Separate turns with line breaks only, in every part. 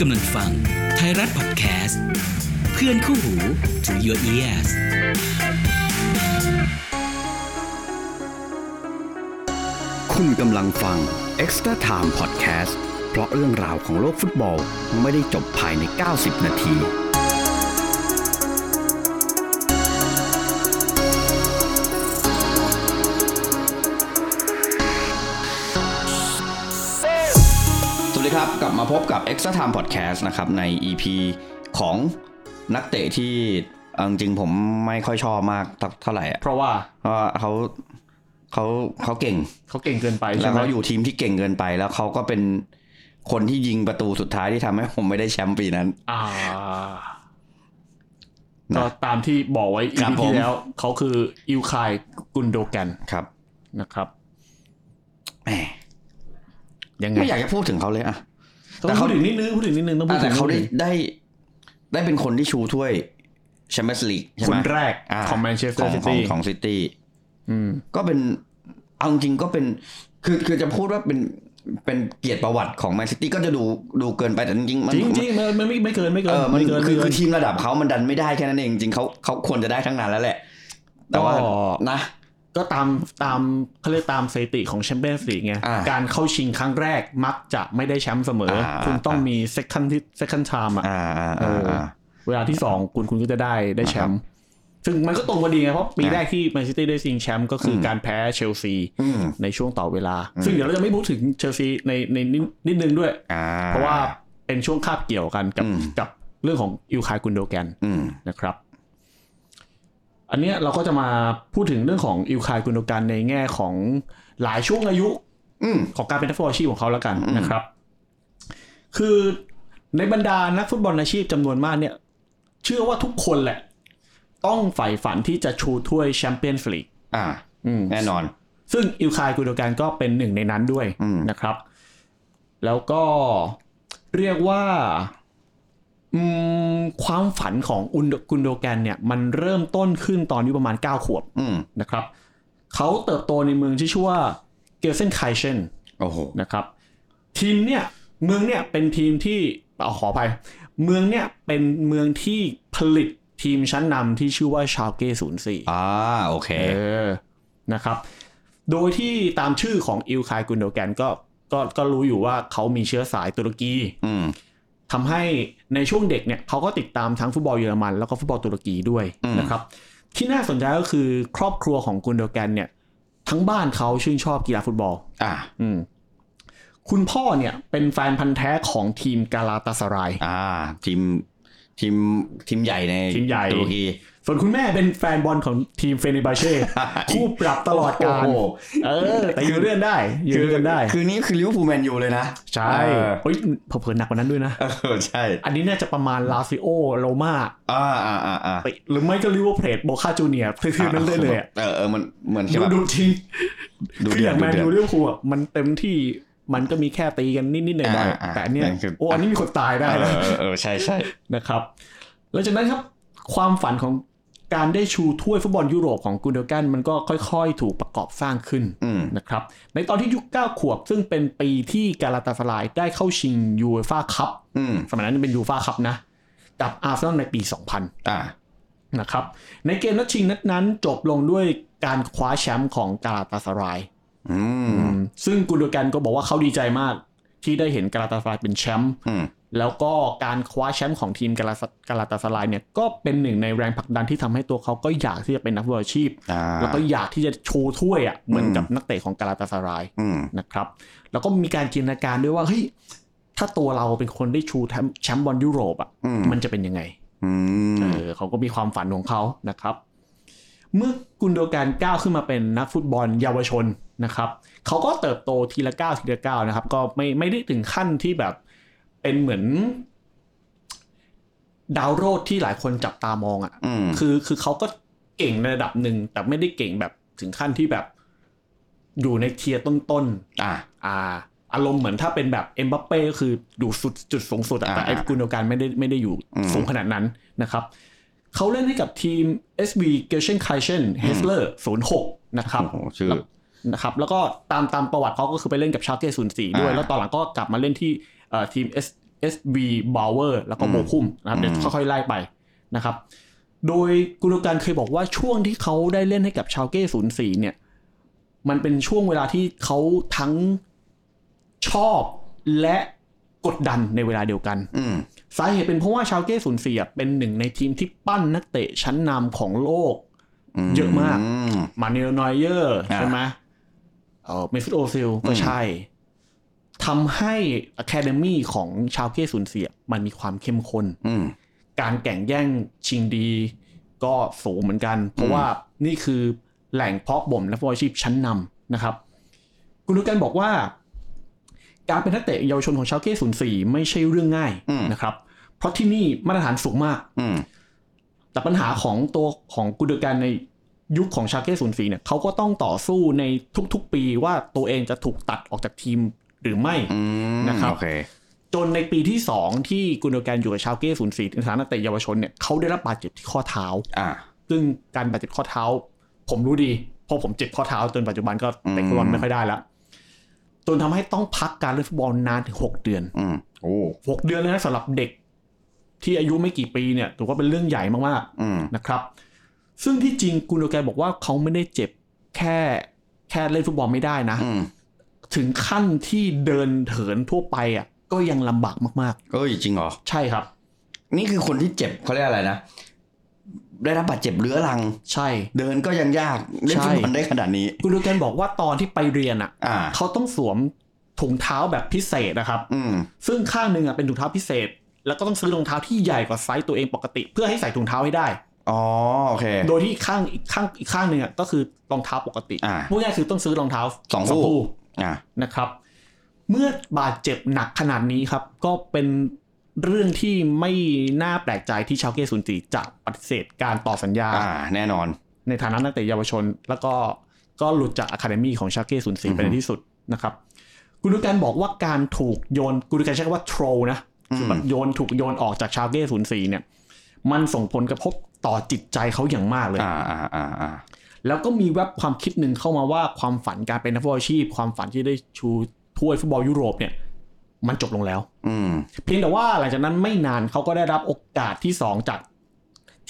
กำลังฟังไทยรัฐพอดแคสต์ เพื่อนคู่หู to your ears
คุณกำลังฟัง Extra Time Podcast เพราะเรื่องราวของโลกฟุตบอลไม่ได้จบภายใน 90 นาที สวัสดีครับ กลับมาพบกับ Extra Time Podcast นะครับใน EP ของนักเตะที่เอาจริงๆผมไม่ค่อยชอบมากเท่าไหร่อะ
เพราะว่า
เพราะว่าเขาเขาเขาเก่ง
เขาเก่งเกินไป
แล้
ใช่
ว
ไหม
เขาอยู่ทีมที่เก่งเกินไปแล้วเขาก็เป็นคนที่ยิงประตูสุดท้ายที่ทำให้ผมไม่ได้แชมป์ปีนั้น
อ่า
นะ
ก็ตามที่บอกไว้
ครับ
EP
ผม
ที่แล้ว เขาคืออิวคายกุนโดแกน
ครับ
นะครับ
แหม
ยังไง
ไม่อยากจะพูดถึงเขาเลยอะ แต่
แต่
เขา
เขาถึงนิดนึงพูดถึงนิดนึงต้องพูด
แต่
ถึง
เขาได้ได้ได้เป็นคนที่ชูถ้วยแชมเปี้ยนส์ลีกใช่
ค
ไหม
นแรก
า
ของแมนเชสเต
ข
อ
อง
ร์
ของ
ซิตี้
ของซิตี้
อืม
ก็เป็นเอาจริงๆก็เป็นคือคือจะพูดว่าเป็นเป็นเกียรติประวัติของแมนซิตี้ก็จะดูดูเกินไปแต่จริงๆมัน
จริงจริงๆมันไม่ไม่ไม่เกินไม่เกิ
เอน อมัน
ไม่เกิน
คือ
ไม่
คื
เกิ
อน ทีมระดับเขามันดันไม่ได้แค่นั้นเองจริงๆเขาเขาควรจะได้ทั้งนั้นแล้วแหละ แต่ว่า
ก็
นะ
ก็ตามตามเขาเรียกตามสถิติของแชมเปี้ยนส์ลีกไง
อ่า
การเข้าชิงครั้งแรกมักจะไม่ได้แชมป์เสมอ
า
คุณต้อง
อ่ามี
มี second ที่ second time อ่ะ
อ่าอ่า
เอ
อ่า
อ
อ่า
เวลาที่สองคุณคุณก็จะได้ได้แชมป์ซึ่งมันก็ตรงพอดีไงเพราะปี
อ่ะ
แรกที่แมนซิตี้ได้ชิงแชมป์ก็คืออ
ม
การแพ้เชลซี
อืม
ในช่วงต่อเวลา
อืม
ซึ่งเดี๋ยวเราจะไม่พูดถึงเชลซีในในนิดนิดนึงด้วย
อ่า
เพราะว่าเป็นช่วงคาบเกี่ยวกันกับ
อืม
กับเรื่องของอิลคายกุนโดแกน
อืม
นะครับ อันเนี้ยเราก็จะมาพูดถึงเรื่องของอิลคายกุนโดแกนในแง่ของหลายช่วงอายุ
อืม
ของการเป็นนักฟุตบอลอาชีพของเขาแล้วกัน
อืม
นะครับ คือในบรรดานักฟุตบอลอาชีพจำนวนมากเนี่ย เชื่อว่าทุกคนแหละ ต้องใฝ่ฝันที่จะชูถ้วยแชมเปี้ยนส์ลีก
อ่า
อืม
แน่นอน
ซึ่งอิลคายกุนโดกันก็เป็นหนึ่งในนั้นด้วย
อืม
นะครับ แล้วก็เรียกว่าอืมความฝันของอุนโดกุนโดแกนเนี่ย มันเริ่มต้นขึ้นตอนอายุประมาณ 9 ขวบ
อืม
นะครับ เขาเติบโตในเมืองที่ชื่อว่าเกลเซนไคเชน
โอ้โห
นะครับทีมเนี่ยเมืองเนี่ยเป็นทีมที่เอาขออภัยเมืองเนี่ยเป็นเมืองที่ผลิตทีมชั้นนำที่ชื่อว่าชาวเก้ศูนย์สี่
อ่า โอเค
เออนะครับ โดยที่ตามชื่อของอิลคายกุนโดแกนก็ก็ก็รู้อยู่ว่าเขามีเชื้อสายตุรกี
อืม
ทำให้ในช่วงเด็กเนี่ยเขาก็ติดตามทั้งฟุตบอลเยอรมันแล้วก็ฟุตบอลตุรกีด้วย
อืม
นะครับ ที่น่าสนใจก็คือครอบครัวของกุนโดแกนเนี่ยทั้งบ้านเขาชื่นชอบกีฬาฟุตบอล
อ่า
อืมคุณพ่อเนี่ยเป็นแฟนพันธ์แท้ของทีมกาลาตาสราย
อ่า ทีม ทีม ทีมใหญ่ใน
ทีมใหญ่
ตุรกี
ส่วนคุณแม่เป็นแฟนบอลของทีมเฟเนบา เช่ คู่ปรับตลอดการ
โโห
เออ แต่อยู่เรื่องได้ อยู่
คือ
เรื่องได้
คือนี่คือลิเวอร์พูลแมนยูเลยนะ
ใช่
เออ
เฮ้ยเผลอๆหนักกว่านั้นด้วยนะ
เออ ใช่
อันนี้น่าจะประมาณลาซิโอโรมา
อ่าอ่าอ่าอ่า
หรือไม่ก็ลิเวอร์เพลตโบคาจูเนียร์คือๆนั้นเลยเลยอะ
เออเออ มัน เหมือน
ดู
แบบ
ดูทีม
ดู
คือ
เดือด
อย่างแมน
ดู
ยู
เดือด
ลิเวอร์พูลอะมันเต็มที่มันก็มีแค่ตีกันนิดๆหน่อย
อ่าอ่า
ๆแต่อันเนี่ย
นั่นคือ
โอ้อันนี้มีคนตายได้
เอ
นะ
อเออเออ ใช่ใช่
นะครับหลังจากนั้นครับความฝันของการได้ชูถ้วยฟุตบอลยุโรปของกุนเดลกันมันก็ค่อยๆ ถูกประกอบสร้างขึ้น
อืม
นะครับในตอนที่อายุ9ขวบ ซึ่งเป็นปีที่กาลาตาสลายได้เข้าชิงยูเอฟ่าคัพ
อืม
สมัยนั้นเป็นยูเอฟ่าคัพนะกับอาร์เซนอลในปี 2000
อ่า
นะครับในเกมนัดชิงนัดนั้นจบลงด้วยการคว้าแชมป์ของกาลาตาสราย
อืม
ซึ่งกุนเดลกันก็บอกว่าเขาดีใจมาก ที่ได้เห็นกาลาตาสรายเป็นแชมป์
อืม
แล้วก็การคว้าแชมป์ของทีมกาลาสกาลาตาสลายเนี่ยก็เป็นหนึ่งในแรงผลักดันที่ทำให้ตัวเขาก็อยากที่จะเป็นนักฟุตบอลอาชีพ
อ่า
แล้วก็อยากที่จะโชว์ถ้วยอ่ะเหมือน
อืม
กับนักเตะของกาลาตาสลาย
อืม
นะครับ แล้วก็มีการจินตนาการด้วยว่าเฮ้ยถ้าตัวเราเป็นคนได้ชูแชมป์แชมป์บอลยุโรปอ่ะ
อืม
มันจะเป็นยังไง
อืม
เออเขาก็มีความฝันของเขานะครับ เมื่อกุนโดการก้าวขึ้นมาเป็นนักฟุตบอลเยาวชนนะครับเขาก็เติบโตทีละก้าวทีละก้าวนะครับ ก็ไม่ไม่ได้ถึงขั้นที่แบบเป็นเหมือน ดาวโรดที่หลายคนจับตามองอะ่ะ
อืม
คือคือเขาก็เก่งในระดับหนึ่ง แต่ไม่ได้เก่งแบบถึงขั้นที่แบบ อยู่ในเทียร์ต้น
อ่า
ๆอ่า อารมณ์เหมือนถ้าเป็นแบบเอ็มบัปเป้ก็คืออยู่สุดจุดสูงสุดอะแต่ไอ้
อ่า
กุนโดการไม่ได้ไม่ได้อยู่
อืม
สูงขนาดนั้นนะครับ เขาเล่นให้กับทีม SV g e l s e n k i s h e n h e s l e r 06 นะครับ
โอ้โหชื่อ
นะครับ แล้วก็ตามตามประวัติเขาก็คือไปเล่นกับชาเก้04 ด้วย
อ่า
แล้วตอนหลังก็กลับมาเล่นที่เอ่อทีม S SB b a u e r แล้วก็
อืม
โบคุมนะครับเดี๋ยว
อืม
ค่อยๆไล่ไปนะครับ โดยกุนโดกันเคยบอกว่าช่วงที่เขาได้เล่นให้กับชาวเก้ศูนย์สี่เนี่ย มันเป็นช่วงเวลาที่เขาทั้งชอบและกดดันในเวลาเดียวกัน
อืม
สาเหตุเป็นเพราะว่าชาวเก้ศูนย์สี่อะเป็นหนึ่งในทีมที่ปั้นนักเตะชั้นนำของโลก เยอะมาก มาเนลนอยเยอร์
อ่า
ใช่ไหมเออเมฟิตโอซิลก็ใช่ทำให้ Academy ของชาวเก้ศูนย์เสียมันมีความเข้มข้น
อืม
การแข่งแย่งชิงดีก็สูงเหมือนกัน เพราะว่านี่คือแหล่งเพาะบ่มและฟุตบอลอาชีพชั้นนำนะครับ คุณดูกันบอกว่า การเป็นนักเตะเยาวชนของชาวเก้ศูนย์สี่ไม่ใช่เรื่องง่าย
อืม
นะครับ เพราะที่นี่มาตรฐานสูงมาก
อืม
แต่ปัญหาของตัวของกุนเดอร์กันในยุคของชาเก้ศูนย์สี่เนี่ยเขาก็ต้องต่อสู้ในทุกๆปีว่าตัวเองจะถูกตัดออกจากทีมหรือไม่
อืม
นะครับ
โอเค
จนในปีที่ 2 ที่กุนเดอร์กันอยู่กับชาเก้ศูนย์สี่ในฐานะนักเตะเยาวชนเนี่ยเขาได้รับบาดเจ็บที่ข้อเท้า
อ่า
ซึ่งการบาดเจ็บข้อเท้า ผมรู้ดี เพราะผมเจ็บข้อเท้าจนปัจจุบันก็เตะฟุตบอลไม่ค่อยได้ละจนทำให้ต้องพักการเล่นฟุตบอลนานถึงหกเดือน
อืม โอ้
หกเดือนเลยนะสำหรับเด็ก ที่อายุไม่กี่ปีเนี่ยถือว่าเป็นเรื่องใหญ่มาก
อืม
ๆนะครับ ซึ่งที่จริงกุนโดแกนบอกว่าเขาไม่ได้เจ็บแค่แค่เล่นฟุตบอลไม่ได้นะ
อืม
ถึงขั้นที่เดินเถินทั่วไปอ่ะก็ยังลำบากมาก
เอ้ย จริงเหรอ
ๆ ใช่ครับ
นี่คือคนที่เจ็บเขาเรียกอะไรนะ ได้รับบาดเจ็บเรื้อรัง
ใช่
เดินก็ยังยาก เล่นฟุตบอลได้ขนาดนี้
กุนโดแกนบอกว่าตอนที่ไปเรียนอ่ะ
อ่า
เขาต้องสวมถุงเท้าแบบพิเศษนะครับ
อืม
ซึ่งข้างหนึ่งอ่ะเป็นถุงเท้าพิเศษ แล้วก็ต้องซื้อรองเท้าที่ใหญ่กว่าไซส์ตัวเองปกติ เพื่อให้ใส่ถุงเท้าให้ได้
อ๋อ โอเค
โดยที่ข้างอีกข้างอีกข้างหนึ่งอ่ะก็คือรองเท้าปกติ
อ่า
พูดง่ายๆคือต้องซื้อรองเท้า
สองคู่ อ่า
นะครับ เมื่อบาดเจ็บหนักขนาดนี้ครับ ก็เป็นเรื่องที่ไม่น่าแปลกใจที่ชาวเกศูนจีจะปฏิเสธการต่อสัญญา
อ่า แน่นอน
ในฐานะนักเตะเยาวชน แล้วก็ก็หลุดจากอะคาเดมีของชาเก้ศูนย์สี่เป็นที่สุดนะครับกุดูการบอกว่าการถูกโยนกุดูการใช้คำว่า troll นะคือแบบโยนถูกโยนออกจากชาเก้ศูนย์สี่เนี่ย มันส่งผลกระทบต่อจิตใจเขาอย่างมากเลย
อ่า อ่า อ่า อ่า
แล้วก็มีแวบความคิดหนึ่งเข้ามาว่าความฝันการเป็นนักฟุตบอลอาชีพ ความฝันที่ได้ชูถ้วยฟุตบอลยุโรปเนี่ย มันจบลงแล้ว
อืม
เพียงแต่ว่าหลังจากนั้นไม่นานเขาก็ได้รับโอกาสที่สองจาก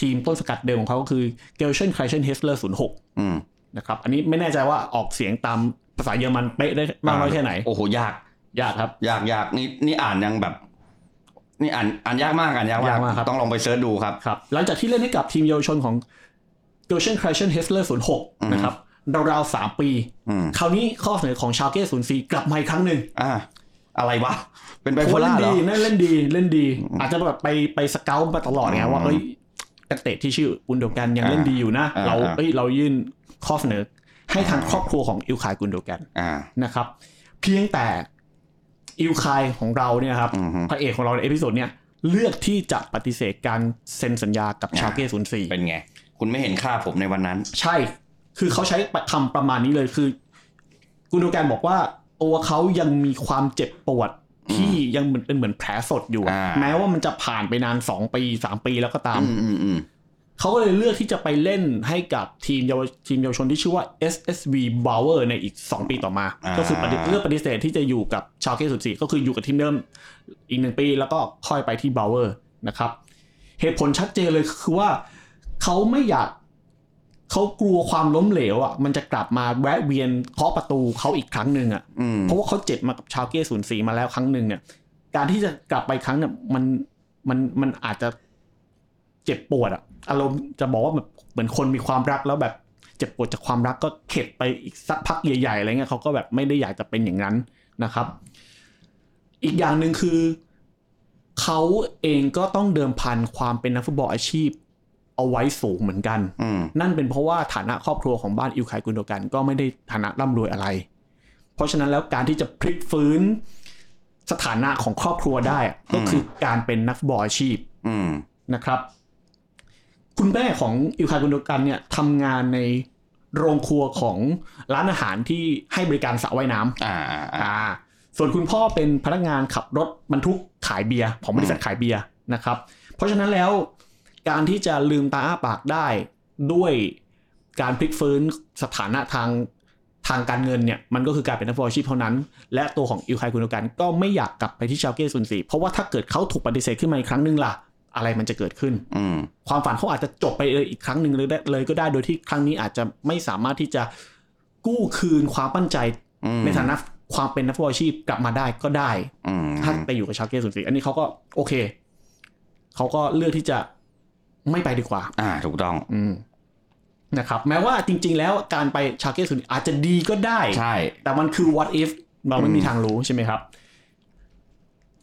ทีมต้นสกัดเดิมของเขาก็คือเกลเชนไคลเชนเฮสเลอร์ศูนย์หก
อืม
นะครับอันนี้ไม่แน่ใจว่าออกเสียงตามภาษาเยอรมันเป๊ะได้มากน้อยแค่ไหน
โอ้โห ยาก
ยากครับ
ยากยากนี่นี่อ่านยังแบบ นี่อ่าน อ่านยากมาก อ่านยากมาย
าก กมากครับ
ต้องลองไปเซิร์ชดูครับ
ครับ หลังจากที่เล่นให้กับทีมเยาวชนของเกลเชนครเชนเฮสเลอร์ศูนย์หก
อืม
นะครับราวๆสามปี
อืม
คราวนี้ข้อเสนอของชาวเก้ศูนย์สี่กลับมาอีกครั้งหนึ่ง
อ่า อะไรวะ เป็นไบ
โอ้
โพล่าเหร
เล่นดี
อ
นั่นเล่นดีเล่นดี อาจจะแบบไปไปสเกลมาตลอดไงว่าเอ้ยนักเตะที่ชื่ออุนโดกันยังเล่นดีอยู่นะ
อ่า
เรา
อ่า
เอ้ยเรายื่นข้อเสนอให้ทางครอบครัวของอิลคายกุนโดกัน
อ่า
นะครับ เพียงแต่อิวคายของเราเนี่ยครับ
อือฮึ
พระเอกของเราในเอพิโซดเนี่ยเลือกที่จะปฏิเสธการเซ็นสัญญากับชาวเก้ศูนย์สี่
เป็นไง คุณไม่เห็นค่าผมในวันนั้น
ใช่ คือเขาใช้คำประมาณนี้เลยคือ กุนโดแกนบอกว่าตัวเขายังมีความเจ็บปวดที่ยังเหมือนเป็นเหมือนแผลสดอยู่อะ
อ่า
แม้ว่ามันจะผ่านไปนานสองปีสามปีแล้วก็ตาม
อืมอืมอืม
เขาก็เลยเลือกที่จะไปเล่นให้กับทีมเยาวทีมเยาวชนที่ชื่อว่า SSV Bauer ในอีก 2 ปีต่อมา
อ่า
ก็คือปฏิเลือกปฏิเสธที่จะอยู่กับชาวเคสุดสีก็คืออยู่กับทีมเดิมอีกหนึ่งปีแล้วก็ค่อยไปที่ Bauer นะครับ เหตุผลชัดเจนเลยคือว่าเขาไม่อยากเขากลัวความล้มเหลวอ่ะมันจะกลับมาแวะเวียนเคาะประตูเขาอีกครั้งหนึ่งอ่ะ
อืม
เพราะว่าเขาเจ็บมากับชาวเก้ศูนย์สี่มาแล้วครั้งหนึ่งเนี่ย การที่จะกลับไปครั้งเนี่ยมันมันมันอาจจะเจ็บปวดอะอารมณ์จะบอกว่าแบบเหมือนคนมีความรักแล้วแบบเจ็บปวดจากความรักก็เข็ดไปอีกสักพักใหญ่ๆอะไรเงี้ยเขาก็แบบไม่ได้อยากจะเป็นอย่างนั้นนะครับ อีกอย่างหนึ่งคือเขาเองก็ต้องเดิมพันความเป็นนักฟุตบอลอาชีพ เอาไว้สูงเหมือนกัน
อืม
นั่นเป็นเพราะว่าฐานะครอบครัวของบ้านอิวคายกุนโดกันก็ไม่ได้ฐานะร่ำรวยอะไร เพราะฉะนั้นแล้วการที่จะพลิกฟื้นสถานะของครอบครัวได้อะก็คือการเป็นนักฟุตบอลอาชีพ
อืม
นะครับ คุณแม่ของอิวคายกุนโดกันเนี่ยทำงานในโรงครัวของร้านอาหารที่ให้บริการสระว่ายน้ำ
อ่าอ่าอ่า
อ่าส่วนคุณพ่อเป็นพนักงานขับรถบรรทุกขายเบียร์ของบริษัทขายเบียร์นะครับ เพราะฉะนั้นแล้วการที่จะลืมตาอ้าปากได้ด้วยการพลิกฟื้นสถานะทาง ทางการเงินเนี่ยมันก็คือการเป็นนักฟุตบอลอาชีพเท่านั้น และตัวของอิลคายกุนโดกันก็ไม่อยากกลับไปที่ชาวเก้ซุนซีเพราะว่าถ้าเกิดเขาถูกปฏิเสธขึ้นมาอีกครั้งหนึ่งล่ะ อะไรมันจะเกิดขึ้น
อืม
ความฝันเขาอาจจะจบไปเลยอีกครั้งหนึ่งเลยได้เลยก็ได้โดยที่ครั้งนี้อาจจะไม่สามารถที่จะกู้คืนความมั่นใจ
อืม
ในฐานะความเป็นนักฟุตบอลอาชีพกลับมาได้ก็ได้
อืม
ถ้าไปอยู่กับชาวเก้ศูนย์สี่อันนี้เขาก็โอเค เขาก็เลือกที่จะไม่ไปดีกว่า
อ่าถูกต้อง
อืมนะครับ แม้ว่าจริง ๆ แล้วการไปชาวเก้ศูนย์อาจจะดีก็ได้
ใช่
แต่มันคือ what if เราไม่
อืม
มีทางรู้ใช่ไหมครับ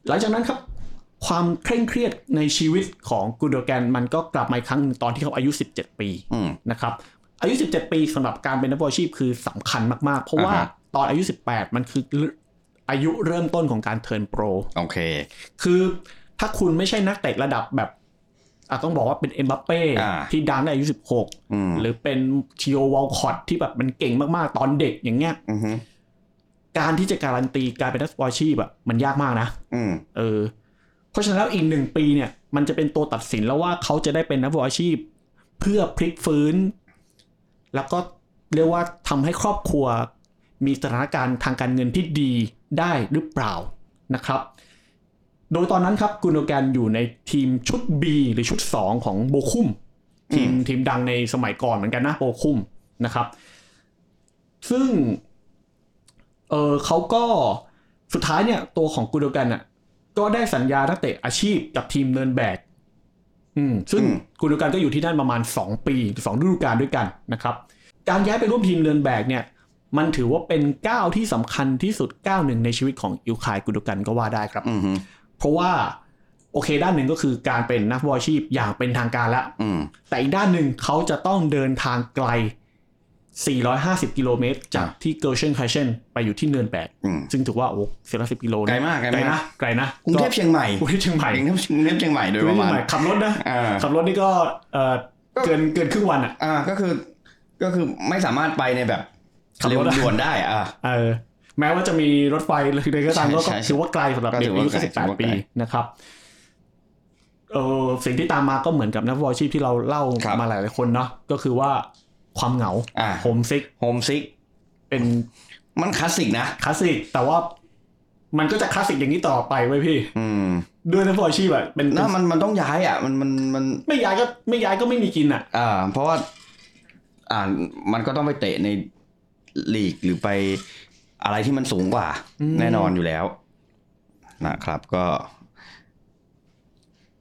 หลังจากนั้นครับ ความเคร่งเครียดในชีวิตของกูโดแกนมันก็กลับมาอีกครั้งหนึ่งตอนที่เขาอายุ 17 ปี
อืม
นะครับ อายุ 17 ปีสำหรับการเป็นนักบอลอาชีพคือสำคัญมากๆ เพราะว่า
อ่าฮะ
ตอนอายุ 18 มันคืออายุเริ่มต้นของการเทิร์นโปร
โอเค
คือถ้าคุณไม่ใช่นักเตะระดับแบบอาต้องบอกว่าเป็นเอ็มบัปเป้
อ่า
ที่ดังในอายุ
อืม
16 หรือเป็นทีโอวอลคอตที่แบบมันเก่งมากๆ ตอนเด็กอย่างเงี้ย
อือฮึ
การที่จะการันตีการเป็นนักฟุตบอลอาชีพอะมันยากมากนะ
อืม
เออเพราะฉะนั้นแล้วอีกหนึ่งปีเนี่ย มันจะเป็นตัวตัดสินแล้วว่าเขาจะได้เป็นนักฟุตบอลอาชีพ เพื่อพลิกฟื้น แล้วก็เรียกว่าทำให้ครอบครัว มีสถานการณ์ทางการเงินที่ดีได้หรือเปล่านะครับ โดยตอนนั้นครับกุนโดแกนอยู่ในทีมชุด B หรือชุด 2 ของโบคุมทีมทีมดังในสมัยก่อนเหมือนกันนะโบคุมนะครับ ซึ่ง เออเขาก็สุดท้ายเนี่ยตัวของกุนโดแกนอ่ะก็ได้สัญญานักเตะอาชีพกับทีมเนินแบกอืมซึ่งกุนโดแกนก็อยู่ที่นั่นประมาณ 2 ปีสองฤดูกาลด้วยกันนะครับ การย้ายไปร่วมทีมเนินแบกเนี่ย มันถือว่าเป็นก้าวที่สำคัญที่สุดก้าวหนึ่งในชีวิตของอิลคายกุนโดกันก็ว่าได้ครับ
อือฮึ
เพราะว่าโอเคด้านหนึ่งก็คือการเป็นนักฟุตบอลอาชีพอย่างเป็นทางการละ
อืม
แต่อีกด้านหนึ่งเขาจะต้องเดินทางไกล 450 กิโลเมตร จาก
อ่ะ
ที่เกิร์เชนไคเชนไปอยู่ที่เนินแบก
อืม
ซึ่งถือว่าโอ้เสียละสิบกิโลนะ
ไกลมากไกลมาก
นะไกลนะ
กรุงเทพเชียงใหม่
กรุงเทพเชียงใหม่
กรุงเทพกรุงเทพเชียงใหม่โด
ก
ย
รุง
ป
เทพ
ระมาณ
เชียงใหม่ขับรถนะ
อ่า
ขับรถนี่ก็เออ
ก็
เกินเกินครึ่งวันอ่ะ
อ่าก็คือก็คือไม่สามารถไปในแบบ
ขับ
เร็ว
รถอะ
ด่วนได้อ่า
เออแม้ว่าจะมีรถไฟหรือใดก็ตาม
ใช่
ก็
ใช่
ถือว่าไกลสำหรับเด็ก
ก็ถือว่า
อายุ
ไกล
แค่สิบแป
ถื
ด
อว่าไกล
ปีนะครับเออสิ่งที่ตามมาก็เหมือนกับนักฟุตบอลอาชีพที่เราเล่ามาหลายๆคนเนาะก็คือว่าความเหงา
อ่า
โฮมซิก
โฮมซิก
เป็น
มันคลาสสิกนะ
คลาสสิก แต่ว่ามันก็จะคลาสสิกอย่างนี้ต่อไปไว้ยพี่
อืม
ด้วยนักฟุตบอลอาชีพอะเป็น
นะมันมันต้องย้ายอ่ะ มันมันมัน
ไม่ย้ายก็ไม่ย้ายก็ไม่มีกินอะ
อ่า เพราะว่า อ่ามันก็ต้องไปเตะในลีกหรือไปอะไรที่มันสูงกว่า แน่นอนอยู่แล้ว นะครับก็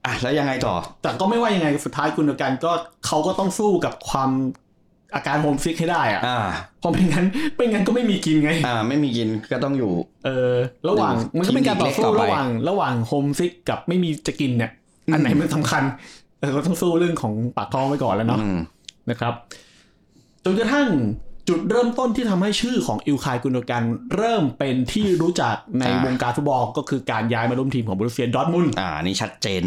อ่ะแล้วยังไงต่อ
แต่ก็ไม่ว่ายังไงสุดท้ายคุณอการก็เขาก็ต้องสู้กับความอาการโฮมซิกให้ได้อะ
อ่า
เพราะไม่งั้นไม่งั้นก็ไม่มีกินไง
อ่า ไม่มีกินก็ต้องอยู่
เออระหว่าง
หรือ
มันก็เป็นการต่อสู้
คลินิกเล็กต่อไประ
หว่างระหว่างโฮมซิกกับไม่มีจะกินเนี่ย
อืม
อันไหนมันสำคัญ เออก็ต้องสู้เรื่องของปากท้องไว้ก่อนแล้วเนาะ
อืม
นะครับจนกระทั่งจุดเริ่มต้นที่ทำให้ชื่อของอิลคายกุนโดกันเริ่มเป็นที่รู้จักใน
อ่า
วงการฟุตบอลก็คือการย้ายมาร่วมทีมของบรูเซียดอร์ทมุนด์
อ่า นี่ชัดเจน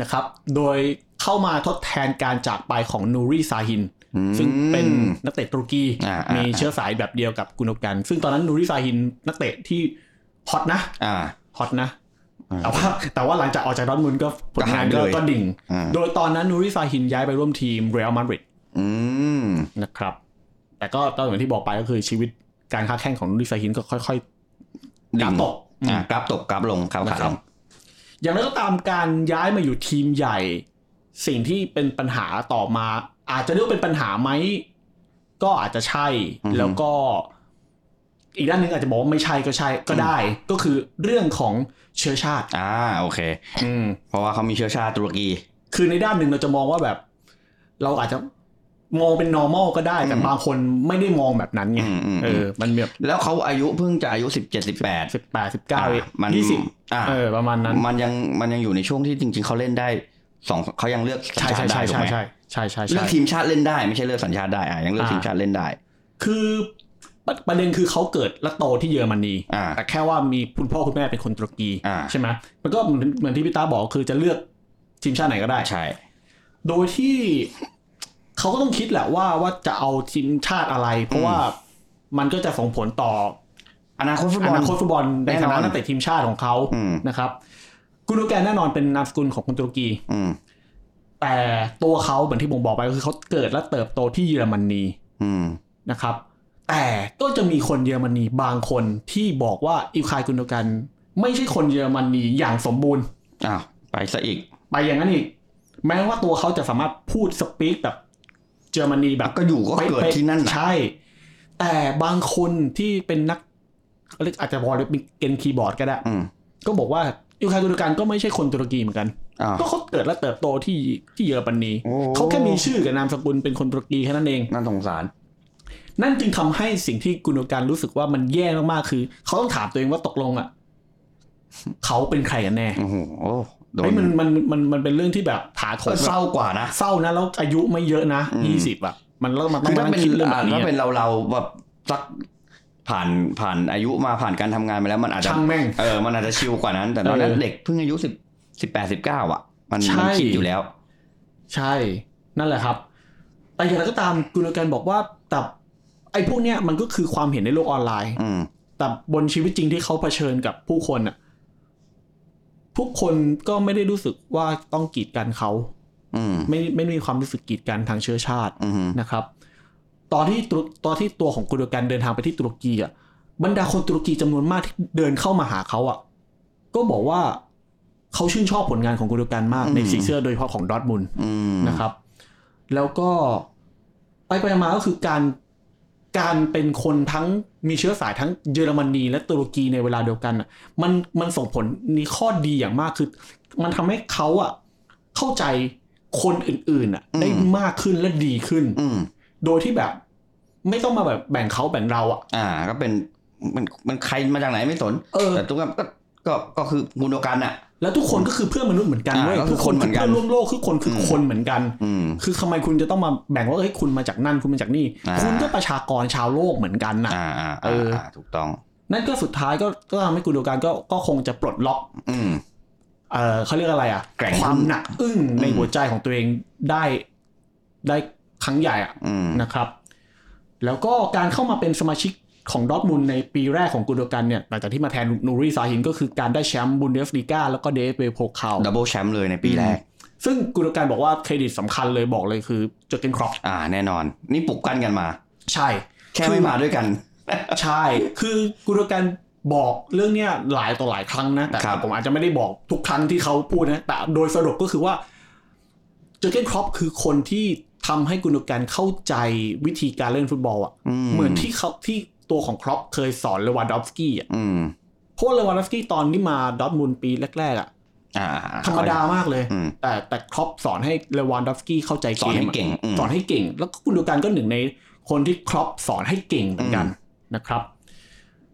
นะครับ โดยเข้ามาทดแทนการจากไปของนูรีซาฮิน
อืม
ซึ่งเป็นนักเตะตุรกี
อ่าอ่า
มีเชื้อสายแบบเดียวกับกุนโดกัน ซึ่งตอนนั้นนูรีซาฮินนักเตะที่ฮอตนะ
อ่า
ฮอตนะ
อ่า
แต่ว่า แต่ว่าหลังจากออกจากดอร์ทมุนด์ก็ผลงาน
ก็หายไป
ก็
เลย
ก็ดิ่ง
อ่า
โดยตอนนั้นนูริซาฮินย้ายไปร่วมทีมเรอัลมาดริด
อืม
นะครับ แต่ก็ตอนอย่างที่บอกไปก็คือชีวิตการค้าแข่งของนูริซาฮินก็ค่อย ๆ
ดิ่
ดั
ง
บตก
อ่ากราฟตกกราฟลงครับ
นะ
ค
ครั
รั
บบ อย่างไรก็ตามการย้ายมาอยู่ทีมใหญ่ สิ่งที่เป็นปัญหาต่อมา อาจจะเรียกว่าเป็นปัญหาไหม ก็อาจจะใช่
อือฮึ
แล้วก็ อีกด้านหนึ่งอาจจะบอกว่าไม่ใช่ก็ใช่ก็ได้ ก็คือเรื่องของเชื้อชาติ
อ่า โอเค
อืม
เพราะว่าเขามีเชื้อชาติตุรกี
คือในด้านหนึ่งเราจะมองว่าแบบ เราอาจจะมองเป็น normal ก็ได้ แต่
อืม
บางคนไม่ได้มองแบบนั้นไง
อืมอืม
เออ มันแบบ
แล้วเขาอายุเพิ่งจะอายุสิบเจ็ดสิบแปด
สิบแปดสิบเก้า
มัน
ยี่สิบ
อ่า
เออ ประมาณนั้น
มันยังมันยังอยู่ในช่วงที่จริง ๆเขาเล่นได้สองเขายังเลือกสัญ
ใช่
ชา
ใช่
ติได้ถูก
ใช่ใช่
ไหม
ใช่ใช่ใช่
เลือ
ใช่
กทีมชาติเล่นได้ไม่ใช่เลือกสัญชาติได้อ่ายังเลือก
อ่า
ทีมชาติเล่นได้
คือประประเด็นคือเขาเกิดและโตที่เยอรมนี
อ่า
แต่แค่ว่ามีคุณพ่อคุณแม่เป็นคนตุรกี
อ่า
ใช่ไหมมันก็เหมือนเหมือนที่พี่ตาบอกคือจะเลือกทีมชาติไหนก็ได้
ใช่
โดยที่เขาก็ต้องคิดแหละว่าว่าจะเอาทีมชาติอะไร เพราะว่ามันก็จะส่งผลต่อ
อนาคตฟุตบ
อ
อล
นาคตฟุตบอลในฐานะ
แน่นอน
นักเตะทีมชาติของเขา
อืม
นะครับกุนโดแกนแน่นอนเป็นนามสกุลของคนตุรกี
อืม
แต่ตัวเขาเหมือนที่ผมบอกไปก็คือเขาเกิดและเติบโตที่เยอรมนี
อืม
นะครับ แต่ก็จะมีคนเยอรมนีบางคนที่บอกว่าอิลคายกุนโดกัน ไม่ใช่คนเยอรมนีอย่างสมบูรณ์
อ้าวไปซะอีก
ไปอย่างนั้นอีก แม้ว่าตัวเขาจะสามารถพูดสปีกแบบเยอรมนีแบบ
ก็อยู่ก็เกิด
ป๊ะๆ
ที่นั่นนะ
ใช่ แต่บางคนที่เป็นนักเขาเรียกอาจจะบอกเลยเป็นเกณฑ์คีย์บอร์ดก็ได้
อืม
ก็บอกว่าอิวคายตุรกันก็ไม่ใช่คนตุรกีเหมือนกัน
อ้าว
ก็เขาเกิดและเติบโตที่ที่เยอรมนี
โอ้
เขาแค่มีชื่อกับนามสกุลเป็นคนตุรกีแค่นั้นเอง
น่าสงสาร
นั่นจึงทำให้สิ่งที่กุนโดการรู้สึกว่ามันแย่มากๆคือ เขาต้องถามตัวเองว่าตกลงอ่ะเขาเป็นใครกันแน่
โอ้โหโดน
เฮ้ยมันมันมันมันเป็นเรื่องที่แบบถาโถ
ก็
ม
เศร้ากว่านะ
เศร้านะแล้วอายุไม่เยอะนะ
อืม
ยี่สิบอ่ะมันแล้วมันต้อ
คื
ง
อถ้า
มานั่
เป็น
งคิดเรื่องแบบ
อ่า
นี้
ถ้า
อะ
เป็นเราเราแบบสักผ่านผ่านอายุมาผ่านการทำงานไปแล้วมันอาจจะ
ช่างแม่ง
เออมันอาจจะชิลกว่านั้น แต่ตอนนั้น
เออ
เด็กเพิ่งอายุสิบสิบแปดสิบเก้าอ่ะ มัน
ใช่
มันคิดอยู่แล้ว
ใช่ นั่นแหละครับ แต่อย่างไรก็ตามกุนกันบอกว่าแต่ไอ้พวกเนี้ยมันก็คือความเห็นในโลกออนไลน์
อืม
แต่บนชีวิตจริงที่เขาเผชิญกับผู้คนอ่ะทุกคนก็ไม่ได้รู้สึกว่าต้องกีดกันเขา
อืม
ไม่ไม่มีความรู้สึกกีดกันทางเชื้อชาติ
อืม
นะครับ ตอนที่ตุรตอนที่ตัวของกุนกันเดินทางไปที่ตุรกีอ่ะบรรดาคนตุรกีจำนวนมากที่เดินเข้ามาหาเขาอ่ะ ก็บอกว่าเขาชื่นชอบผลงานของกุนกันมากในสีเสื้อโดยเฉพาะของดอร์ทมุนด์
อืม
นะครับ แล้วก็ไปไปมาก็คือการการเป็นคนทั้งมีเชื้อสายทั้งเยอรมนีและตุรกีในเวลาเดียวกันน่ะมันมันส่งผลมีข้อดีอย่างมากคือ มันทำให้เขาอะเข้าใจคนอื่นๆอะได้มากขึ้นและดีขึ้น
อืม
โดยที่แบบ ไม่ต้องมาแบบแบ่งเขาแบ่งเราอะ
อ่า ก็เป็นมันมันใครมาจากไหนไม่สน
เออ
แต่ทุกคนก็ก็ก็คือมูลเดียวกันอ่ะ
แล้วทุกคนก็คือเพื่อนมนุษย์เหมือนกัน
อ่า
เว้ย
ก็คือ
ทุกคน
คนเหมื
คือ อน
กัน
เพื่อนร่วมโลกคือคนคือคนเหมือนกัน
อืม
คือทำไมคุณจะต้องมาแบ่งว่าเอ้ยคุณมาจากนั่นคุณมาจากนี่
อ่า
คุณก็ประชากรชาวโลกเหมือนกันนะ
อ่าอ่า
เอออ่
าถูกต้อง
นั่นก็สุดท้ายก็ก็ทำให้กุนโดการก็ก็คงจะปลดล็อก
อืม
เออเขาเรียกอะไรอ่ะ
แกร่ง
ความหนักอึ้งใน
อืม
หัวใจของตัวเองได้ได้ครั้งใหญ่อะ
อืม
นะครับ แล้วก็การเข้ามาเป็นสมาชิกของดอร์ทมุนด์ในปีแรกของกุนโดการเนี่ยหลังจากที่มาแทนนูรีซาฮินก็คือการได้แชมป์บุนเดสลีกาแล้วก็เดฟเวโพคา
ดับเบิลแชมป์เลยในปีแรก
ซึ่งกุนโดการบอกว่าเครดิตสำคัญเลยบอกเลยคือจดเกนครอป
อ่า แน่นอน นี่ปลุกกันกันมา
ใช่
แค่ไม่มาด้วยกัน
ใช่ คือกุรกันบอกเรื่องเนี้ยหลายต่อหลายครั้งนะ แต่
ครับ
ผมอาจจะไม่ได้บอกทุกครั้งที่เขาพูดนะ แต่โดยสรุปก็คือว่าเจอร์เกนครอปคือคนที่ทำให้กุนกันเข้าใจวิธีการเล่นฟุตบอลอ่ะ เหมือนที่เขาที่ตัวของครอปเคยสอนเลวานดอฟสกี้อ่ะ
อืม
เพราะว่าเลวานดอฟสกี้ตอนที่มาดอร์ทมุนด์ปีแรกๆอ่ะ
อ่า
ธรรมดามากเลย
อืม
แต่แต่ครอปสอนให้เลวานดอฟสกี้เข้าใจ
สอนให้
มะ
เก่งอืม
สอนให้เก่ง แล้วก็กุนโดกันก็หนึ่งในคนที่ครอปสอนให้เก่งเหมือนกันนะครับ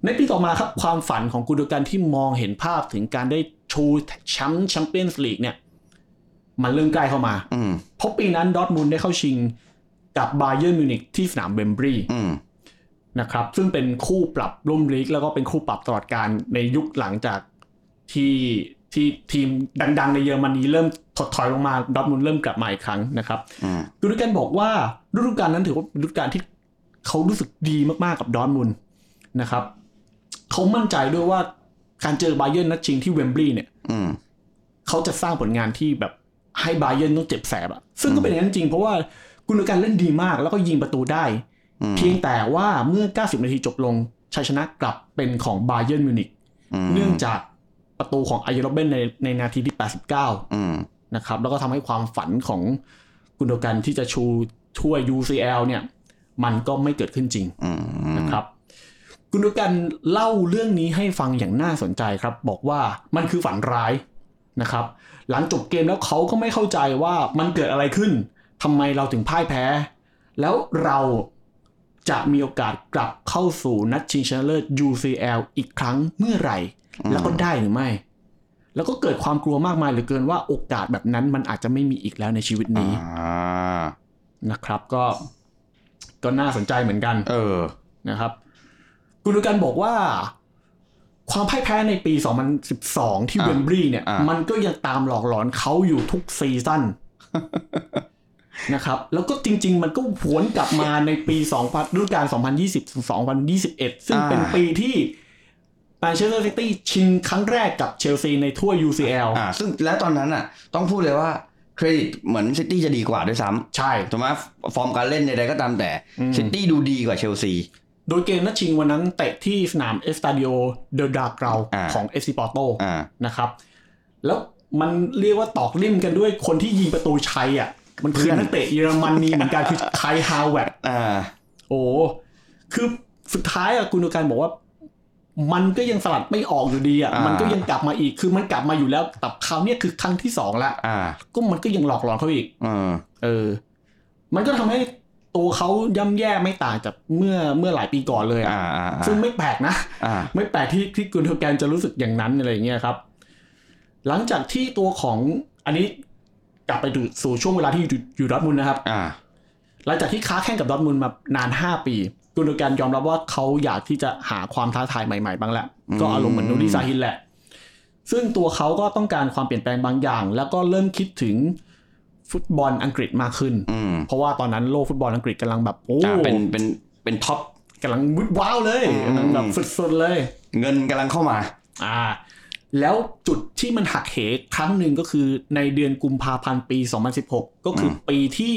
ในปีต่อมาครับความฝันของกุนโดกันที่มองเห็นภาพถึงการได้ชูแชมป์แชมเปี้ยนส์ลีกเนี่ย มันเริ่มใกล้เข้ามา
อืม
เพราะปีนั้นดอร์ทมุนด์ได้เข้าชิงกับบาเยอร์นมิวนิกที่สนามเวมบรีย์
อืม
นะครับซึ่งเป็นคู่ปรับร่วมลีกแล้วก็เป็นคู่ปรับตลอดการในยุคหลังจากที่ที่ทีมดัง ๆ ในเยอรมนีเริ่มถดถอยลงมาดอร์ทมุนด์เริ่มกลับมาอีกครั้งนะครับ
อืม
ดูดูกันบอกว่าฤดูกาลนั้นถือว่าฤดูกาลที่เขารู้สึกดีมาก ๆ กับดอร์ทมุนด์นะครับเขามั่นใจด้วยว่าการเจอบาเยิร์นนัดชิงที่เวมบลีย์เนี่ย
อืม
เขาจะสร้างผลงานที่แบบให้บาเยิร์นต้องเจ็บแสบอะซึ่งก็เป็นอย่างนั้นจริงเพราะว่ากุนการเล่นดีมากแล้วก็ยิงประตูได้
อืม
เพียงแต่ว่าเมื่อ 90 นาทีจบลงชัยชนะกลับเป็นของบาเยิร์นมิวนิก
อืม
เนื่องจากประตูของอายโรเบนในในนาทีที่
อืม
89 นะครับ แล้วก็ทำให้ความฝันของกุนโดกันที่จะชูถ้วย UCL เนี่ย มันก็ไม่เกิดขึ้นจริง
อืม
นะครับกุนดูกันเล่าเรื่องนี้ให้ฟังอย่างน่าสนใจครับ บอกว่ามันคือฝันร้ายนะครับ หลังจบเกมแล้วเขาก็ไม่เข้าใจว่ามันเกิดอะไรขึ้นทำไมเราถึงพ่ายแพ้ แล้วเราจะมีโอกาสกลับเข้าสู่นัดชิงชนะเลิศ UCL อีกครั้งเมื่อไหร่
อืม
แล้วก็ได้หรือไม่ แล้วก็เกิดความกลัวมากมายเหลือเกินว่าโอกาสแบบนั้นมันอาจจะไม่มีอีกแล้วในชีวิต
อ่
นี้
า
นะครับ ก็ก็น่าสนใจเหมือนกัน
เออ
นะครับกุนดูกันบอกว่า ความพ่ายแพ้ในปี 2012 ที่
อ่ะ
เวมบรีย์เนี่ย
อ่ะ
มันก็ยังตามหลอกหลอนเขาอยู่ทุกซี ซั่นนะครับ แล้วก็จริง ๆ มันก็หวนกลับมาในปี 2000ฤดูกาล2020ถึง2021 ซึ่งเป็นปีที่แมนเชสเตอร์ซิตี้ชิงครั้งแรกกับเชลซีในทั่ว UCL
อ่า ซึ่งแล้วตอนนั้นอ่ะ ต้องพูดเลยว่าเครดิตเหมือนซิตี้จะดีกว่าด้วยซ้
ใช่
ำถูกไหมฟอร์มการเล่นใดๆก็ตามแต่
อืม
ซิตี้ดูดีกว่าเชลซี
โดยเกมนัดชิงวันนั้นเตะที่สนามเอสตาดิโอเดลดากราว
อ่า
ของเอฟซีปอโต
อ่า
นะครับ แล้วมันเรียกว่าตอกลิ่มกันด้วยคนที่ยิงประตูชัยอ่ะ มัน
เพื่
คือ
อน
นักเตะเยอรมนีเหมือน กันคือไคฮาวเวร์ด
อ่า
โอ้คือสุดท้ายอ่ะคุณดูการบอกว่า มันก็ยังสลัดไม่ออกอยู่ดีอ่ะ
อ่ามั
มันก็ยังกลับมาอีก คือมันกลับมาอยู่แล้วแต่คราวเนี้ยคือครั้งที่สองละ
อ่า
ก็มันก็ยังหลอกหลอนเขาอีก
เออ
เออ มันก็ทำให้ตัวเขาย่ำแย่ไม่ต่างจากเมื่อเมื่อหลายปีก่อนเลยอ่ะ
อ่าอ่า
ซึ่งไม่แปลกนะ
อ่า
ไม่แปลกที่ที่กุนโทแกนจะรู้สึกอย่างนั้นอะไรอย่างเงี้ยครับ หลังจากที่ตัวของอันนี้กลับไปดูสู่ช่วงเวลาที่อยู่อยู่ดอร์ทมุนด์นะครับ
อ่า
หลังจากที่ค้าแข่งกับดอร์ทมุนด์มานาน 5 ปี กุนโทแกนยอมรับว่าเขาอยากที่จะหาความท้าทายใหม่ๆบ้างแหละ ก็อารมณ์เหมือนนูริซาฮินแหละ ซึ่งตัวเขาก็ต้องการความเปลี่ยนแปลงบางอย่าง แล้วก็เริ่มคิดถึงฟุตบอลอังกฤษมากขึ้น
อืม
เพราะว่าตอนนั้นโลกฟุตบอลอังกฤษกำลังแบบโอ้
อ่าเป็นเป็นเป็นท็อป
กำลังวุดว้าวเลย
อืม
กำลังแบบสุดๆเลย
เงินกำลังเข้ามา
อ่าแล้วจุดที่มันหักเหครั้งหนึ่งก็คือในเดือนกุมภาพันธ์ปี 2016 ก็คืออปีที่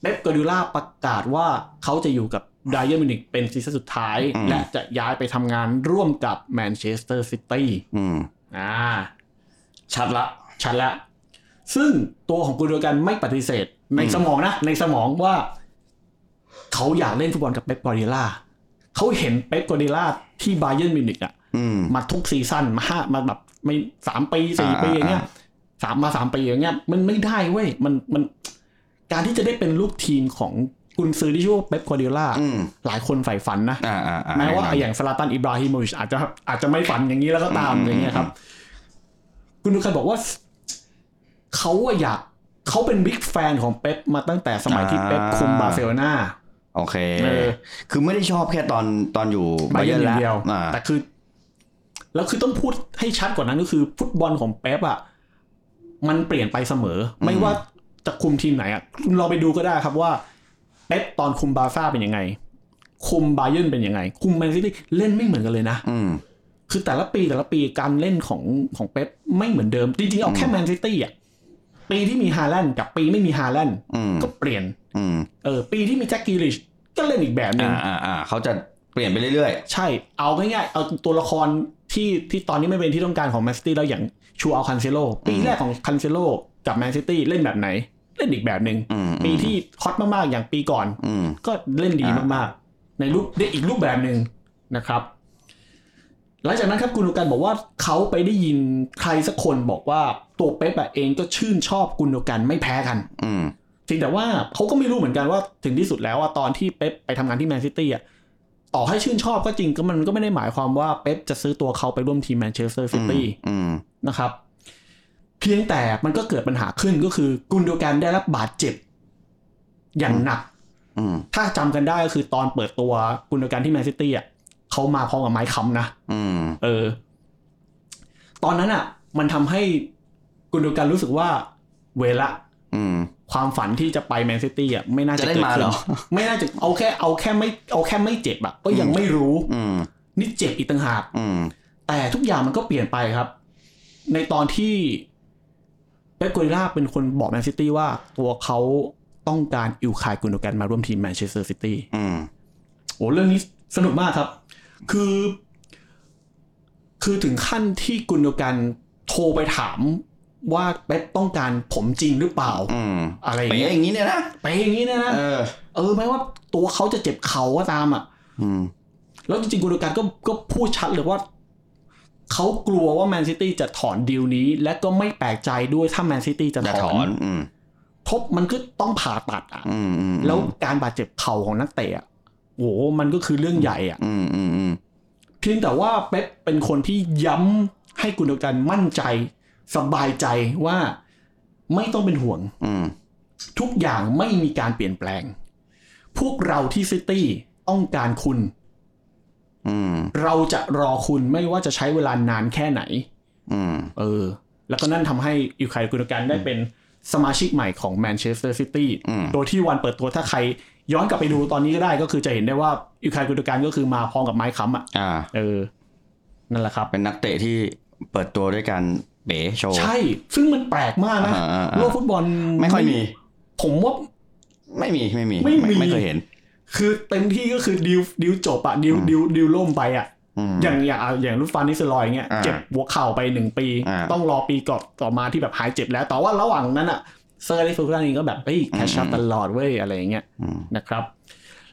เป๊ปกอร์ดิโอล่าประกาศว่าเขาจะอยู่กับไบรอันมิวนิกเป็นซีซั่นสุดท้าย
อืม
และจะย้ายไปทำงานร่วมกับแมนเชสเตอร์ซิตี้
อืม
อ่าชัดละ ชัดละ ซึ่งตัวของกุนโดกันไม่ปฏิเสธใน
อืม
สมองนะ ในสมองว่า เขาอยากเล่นฟุตบอลกับเป๊ปกอร์ดิโอล่าเขาเห็นเป๊ปกอร์ดิโอล่าที่ไบรอันมิวนิกอะ
อืม
มาทุกซีซั่นมาห้ามาแบบไม่สามปีสี่
อ่า
ปีอย่างเงี้ย
อ่
สามมาสามปีอย่างเงี้ยมันไม่ได้เว้ยมันมันการที่จะได้เป็นลูกทีมของกุนซือที่ชื่อว่าเป๊ปคอร์ดิโอล่า
อืม
หลายคนใฝ่ฝันนะ
อ่าอ่าอ่
แม้ว่าอย่างซาลาตันอิบราฮิโมวิชอาจจะอาจจะไม่ฝันอย่างนี้แล้วก็ตามอย่างเงี้ยครับ คุณดูกันบอกว่าเขาอะอยากเขาเป็นบิ๊กแฟนของเป๊ปมาตั้งแต่สมัยที่เป๊ปคุมบาร์เซโลนา
โอเค
เออ
คือไม่ได้ชอบแค่ตอนตอนอยู่
บาเยิร์นอ
แล้
ย่างเดียว
อ่า
แต่คือ แล้วคือต้องพูดให้ชัดกว่านั้นก็คือ ฟุตบอลของเป๊ปอ่ะมันเปลี่ยนไปเสมออไม่ว่าจะคุมทีมไหนอ่ะคุณลองไปดูก็ได้ครับว่าเป๊ปตอนคุมบาร์ซ่าเป็นยังไง คุมบาเยิร์นเป็นยังไง คุมแมนซิตี้เล่นไม่เหมือนกันเลยนะ
อืม
คือแต่ละปีแต่ละปีการเล่นของของเป๊ปไม่เหมือนเดิม จริงๆ เอาแค่แมนซิตี้อ่ะปีที่มีฮาแลนด์กับปีไม่มีฮาแลนด์
อืม
ก็เปลี่ยน
อืม
เออปีที่มีแจ็คกิลิชก็เล่นอีกแบบหนึ่
อ่าง อ่าอ่าเขาจะเปลี่ยนไปเรื่อย
ใช่ เอาง่ายๆ เอาตัวละครที่ที่ตอนนี้ไม่เป็นที่ต้องการของแมนซิตี้แล้วอย่างชูเอาคันเซโลปีแรกของคันเซโลกับแมนซิตี้เล่นแบบไหน เล่นอีกแบบหนึ
อืม
่งปีที่ฮอตมากๆ อย่างปีก่อน
ๆ อืม
ก็เล่นดีมากๆ ในรูปได้อีกรูปแบบหนึ่งนะครับ หลังจากนั้นครับกุนโดกันบอกว่าเขาไปได้ยินใครสักคนบอกว่าตัวเป๊ปอะเองก็ชื่นชอบกุนโดกันไม่แพ้กัน
อืม
จริงแต่ว่าเขาก็ไม่รู้เหมือนกันว่าถึงที่สุดแล้วว่าตอนที่เป๊ปไปทำงานที่แมนซิตี้อ่ะต่อให้ชื่นชอบก็จริงก็มันก็ไม่ได้หมายความว่าเป๊ปจะซื้อตัวเขาไปร่วมทีมแมนเชสเตอร์ซิตี้
อืม
นะครับ เพียงแต่มันก็เกิดปัญหาขึ้นก็คือกุนโดแกนได้รับบาดเจ็บ อย่างหนัก
อืม
ถ้าจำกันได้ก็คือตอนเปิดตัวกุนโดแกนที่แมนซิตี้อ่ะเขามาพร้อมกับไม้ค้ำนะ
อืม
เออ ตอนนั้นอ่ะ มันทำให้กุนโดแกนรู้สึกว่าเวละ
อืม
ความฝันที่จะไปแมนซิตี้อ่ะไม่น่าจะ
จะได้
กิ
มา
ขึ้น
เหรอ
ไม่น่าจะเอาแค่เอาแค่ไม่เอาแค่ไม่เจ็บอ่ะก็ยังไม่รู้
อืม
นี่เจ็บอีกต่างหาก
อืม
แต่ทุกอย่างมันก็เปลี่ยนไปครับ ในตอนที่เป๊ปกอริลล่าเป็นคนบอกแมนซิตี้ว่าตัวเขาต้องการอิวคายกุนโดกันมาร่วมทีมแมนเชสเตอร์ซิตี้
อืม
โอ้เรื่องนี้สนุกมากครับ คือ คือถึงขั้นที่กุนโดกันโทรไปถามว่าเป๊ปต้องการผมจริงหรือเปล่า
อืม
อะไรอย่าง
เป๋
เงี้ย
อย่างนี้เนี่ยนะ
ไปอย่างนี้เนยนะ
เออ
เออแม้ว่าตัวเขาจะเจ็บเข่าก็ตามอ่ะ
อืม
แล้วจริงๆกุนโดการก็ก็พูดชัดเลยว่า เขากลัวว่าแมนซิตี้จะถอนดีลนี้ และก็ไม่แปลกใจด้วยถ้าแมนซิตี้จะ
จะ
ถ
ถ
อ
อน น อืม
เพราะมันก็ต้องผ่าตัดอ่ะ
อืมอืม
แล้วการบาดเจ็บเข่าของนักเตะอะโอ้โหมันก็คือเรื่องใหญ่อ่ะ
อืมอืมอืม
เพียงแต่ว่าเป๊ปเป็นคนที่ย้ำให้กุนโดการมั่นใจ สบายใจว่าไม่ต้องเป็นห่วง
อืม
ทุกอย่างไม่มีการเปลี่ยนแปลง พวกเราที่ซิตี้ต้องการคุณ
อืม
เราจะรอคุณไม่ว่าจะใช้เวลานานแค่ไหน
อืม
เออ แล้วก็นั่นทำให้อิวคายกุนการได้เป็นสมาชิกใหม่ของแมนเชสเตอร์ซิตี้
อืม
โดยที่วันเปิดตัวถ้าใครย้อนกลับไปดูตอนนี้ก็ได้ก็คือจะเห็นได้ว่าอิวคายกุนการก็คือมาพร้อมกับไม้ค้ำอ่ะ
อ่า
เออ นั่นแหละครับ
เป็นนักเตะที่เปิดตัวด้วยการเป๋โชว์
ใช่ ซึ่งมันแปลกมากนะ
อ่าอ่าอ่า
โลกฟุตบอล
ไม่ค่อยมี
ผมว่า
ไม่มี ไม่มี
ไม่มี
ไม่เคยเห็น
คือเต็มที่ก็คือดิวดิวจบอะดิว
อืม
ดิวดิวล่มไปอะ
ม
อย่างอย่างอ่ะอย่างลูกฟันนิสลอยเงี้ย
อ่า
เจ็บหัวเข่าไปหนึ่งปี
อ่า
ต้องรอปีก่อนต่อมาที่แบบหายเจ็บแล้ว แต่ว่าระหว่างนั้นอะเซอร์ลิฟูกันเองก็แบบเฮ้ยแคชชัพตลอดเว้ยอะไรอย่างเงี้ย
อืม
นะครับ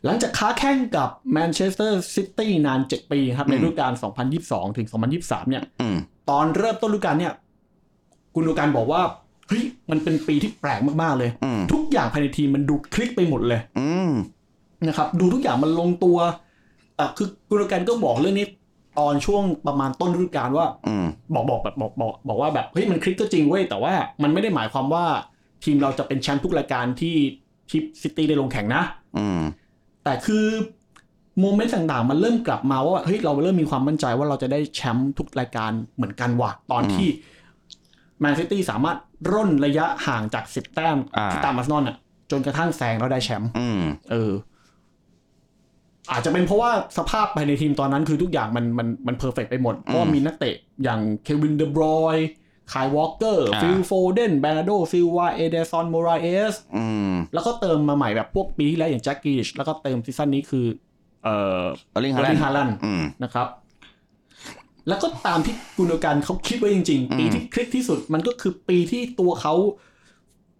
หลังจากค้าแข่งกับแมนเชสเตอร์ซิตี้นาน 7 ปีครับ
อืม
ในฤดูกาล 2022 ถึง 2023 เนี่ย
อืม
ตอนเริ่มต้นฤดูกาลเนี่ย คุณดูการบอกว่า เฮ้ย มันเป็นปีที่แปลกมาก ๆ เลย
อืม
ทุกอย่างภายในทีมมันดูคลิกไปหมดเลย
อืม
นะครับ ดูทุกอย่างมันลงตัวอ่ะคือกุณดูการก็บอกเรื่องนี้ตอนช่วงประมาณต้นฤดูกาลว่า
อืม
บอกบอกแบบบอกบอกบอกว่าแบบเฮ้ยมันคลิกก็จริงเว้ยแต่ว่ามันไม่ได้หมายความว่าทีมเราจะเป็นแชมป์ทุกรายการที่ที่ซิตี้ได้ลงแข่งนะ
อืม
แต่คือโมเมนต์ต่างๆ มันเริ่มกลับมาว่าเฮ้ยเราเริ่มมีความมั่นใจว่าเราจะได้แชมป์ทุกรายการเหมือนกันว่ะตอนที่แมนซิตี้สามารถร่นระยะห่างจาก 10 แต้ม
อ่า
ที่ตามอาร์เซนอลน่ะจนกระทั่งแซงแล้วได้แชมป์
อืม
เออ อาจจะเป็นเพราะว่าสภาพภายในทีมตอนนั้นคือทุกอย่างมันมันมันเพอร์เฟกไปหมด เพราะว่ามีนักเตะอย่างเควินเดบรอยคายวอลเกอร์
อ่า
ฟิลโฟเดนแบนาโดซิลวาเอเดซอนโมราเอส
อืม
แล้วก็เติมมาใหม่แบบพวกปีที่แล้วอย่างแจ็คกิชแล้วก็เติมซีซั่นนี้คือ เอ่อ
เอลิง
เอ
ฮาแล
อร์
น
ลิง
ด์
ฮาลันด์
อืม
นะครับ แล้วก็ตามที่กุนการเขาคิดไว้จริง
อืม
ๆ ปีที่คลิกที่สุดมันก็คือปีที่ตัวเขา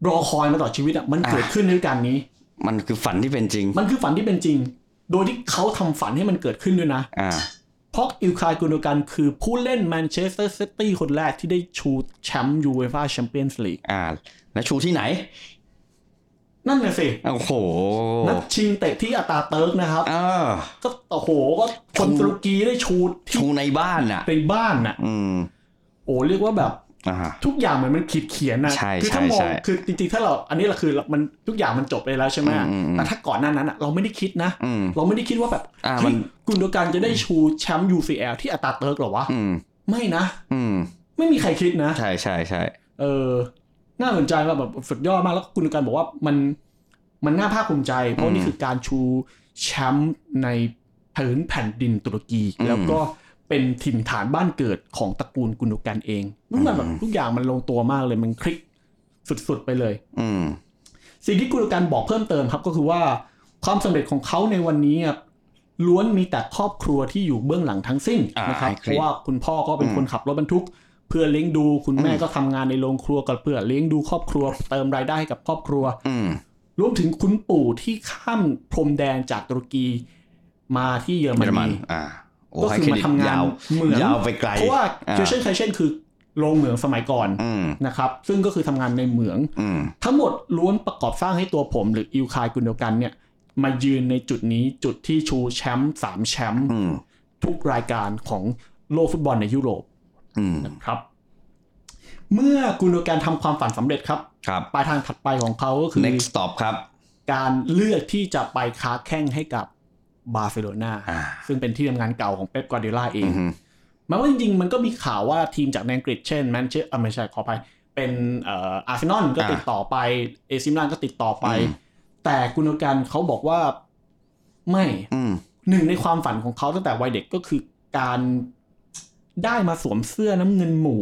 รอคอยมาตลอดชีวิตอ่ะมัน
อ่า
เกิดขึ้นในฤดูการนี้
มันคือฝันที่เป็นจริง
มันคือฝันที่เป็นจริง โดยที่เขาทำฝันให้มันเกิดขึ้นด้วยนะ
อ่า
เพราะอิลคายกุนการคือผู้เล่นแมนเชสเตอร์ซิตี้คนแรกที่ได้ชูแชมป์ยูเอฟ่าแชมเปี้ยนส์ลีก
อ่า แล้วชูที่ไหน
นั่นน่ะสิ
โอ้โห
นัดชิงเตะที่อาตาเติร์กนะครับ
เออ
ก็โอ้โหก็คนตุรกีได้ชูที่
ชูในบ้านอ่ะ
ในบ้านน่ะ
อืม
โอ้เรียกว่าแบบ
อ่า
ทุกอย่างเหมือนมันขีดเขียนนะ
ใช่
คืถ้ามอ
ใช่
ง
ใช่
คือจริงๆถ้าเราอันนี้เราคือเรามันทุกอย่างมันจบไปแล้วใช่ไหม
อืมอืม
แต่ถ้าก่อนหน้านั้นอะเราไม่ได้คิดนะ
อืม
เราไม่ได้คิดว่าแบบ
อ่า
เฮ้ย
มัน
กุนโดการจะได้ชูแชมป์ UCL ที่อัตราเติร์กเหรอวะ
อืม
ไม่นะ
อืม
ไม่มีใครคิดนะ
ใช่ใช่ใช่
เออ น่าสนใจว่าแบบสุดยอดมากแล้วคุณดูการบอกว่ามันมันน่าภาคภูมิใจ เพ
อื
ราะ
ม
นี่คือการชูแชมป์ในพื้นแผ่นดินตุรกี
อืม
แล้วก็เป็นถิ่นฐานบ้านเกิดของตระกูลกุนดูการเองมันแบบ
อืม
ทุกอย่างมันลงตัวมากเลยมันคลิกสุดๆไปเลย
อืม
สิ่งที่กุนดูการบอกเพิ่มเติมครับก็คือว่าความสำเร็จของเขาในวันนี้ครับล้วนมีแต่ครอบครัวที่อยู่เบื้องหลังทั้งสิ้น
อ่า
นะครับ
ให้เค
เพ
รดิต
ราะว่าคุณพ่อก็เป็น
อืม
คนขับรถบรรทุก เพื่อเลี้ยงดูคุณแม่
อืม
ก็ทำงานในโรงครัวก็เพื่อเลี้ยงดูครอบครัว เติมรายได้ให้กับครอบครัว
อืม
รวมถึงคุณปู่ที่ข้ามพรมแดนจากตุรกีมาที่เยอรม
เยอรมัน
นี
อ่า โอ้
ก็
ให้
คือ
เคร
มา
ดิต
ทำงาน
ยาว
เหมือง
ยาวไปไกล
เพราะว่า
อ่
เคเชนไคเชนคือโรงเหมืองสมัยก่อน
อืม
นะครับซึ่งก็คือทำงานในเหมือง
อืม
ทั้งหมดล้วนประกอบสร้างให้ตัวผม หรืออิวคายกุนโดกันเนี่ยมายืนในจุดนี้จุดที่ชูแชมป์สามแชมป์
อืม
ทุกรายการของโลกฟุตบอลในยุโรป
อืม
นะครับ เมื่อกุนโดกันทำความฝันสำเร็จครับ
ครับ
ปลายทางถัดไปของเขาก็คือ
next stop ครับ
การเลือกที่จะไปค้าแข้งให้กับบาร์เซโลนา
อ่า
ซึ่งเป็นที่ทำงานเก่าของเป๊ปกวาร์ดิโอล่าเอ
อื
ง
มฮึ
แม้ว่าจริงๆ มันก็มีข่าวว่าทีมจากในอังกฤษเช่นแมนเชสเตอร์ไม่ใช่ขอไป เป็นเอ่ออาร์เซนอลก็ติดต่อไปเอซิมิลานก็ติดต่อไป แต่กุนกันเขาบอกว่าไม่
อืม
หนึ่งในความฝันของเขาตั้งแต่วัยเด็กก็คือการได้มาสวมเสื้อน้ำเงินหมู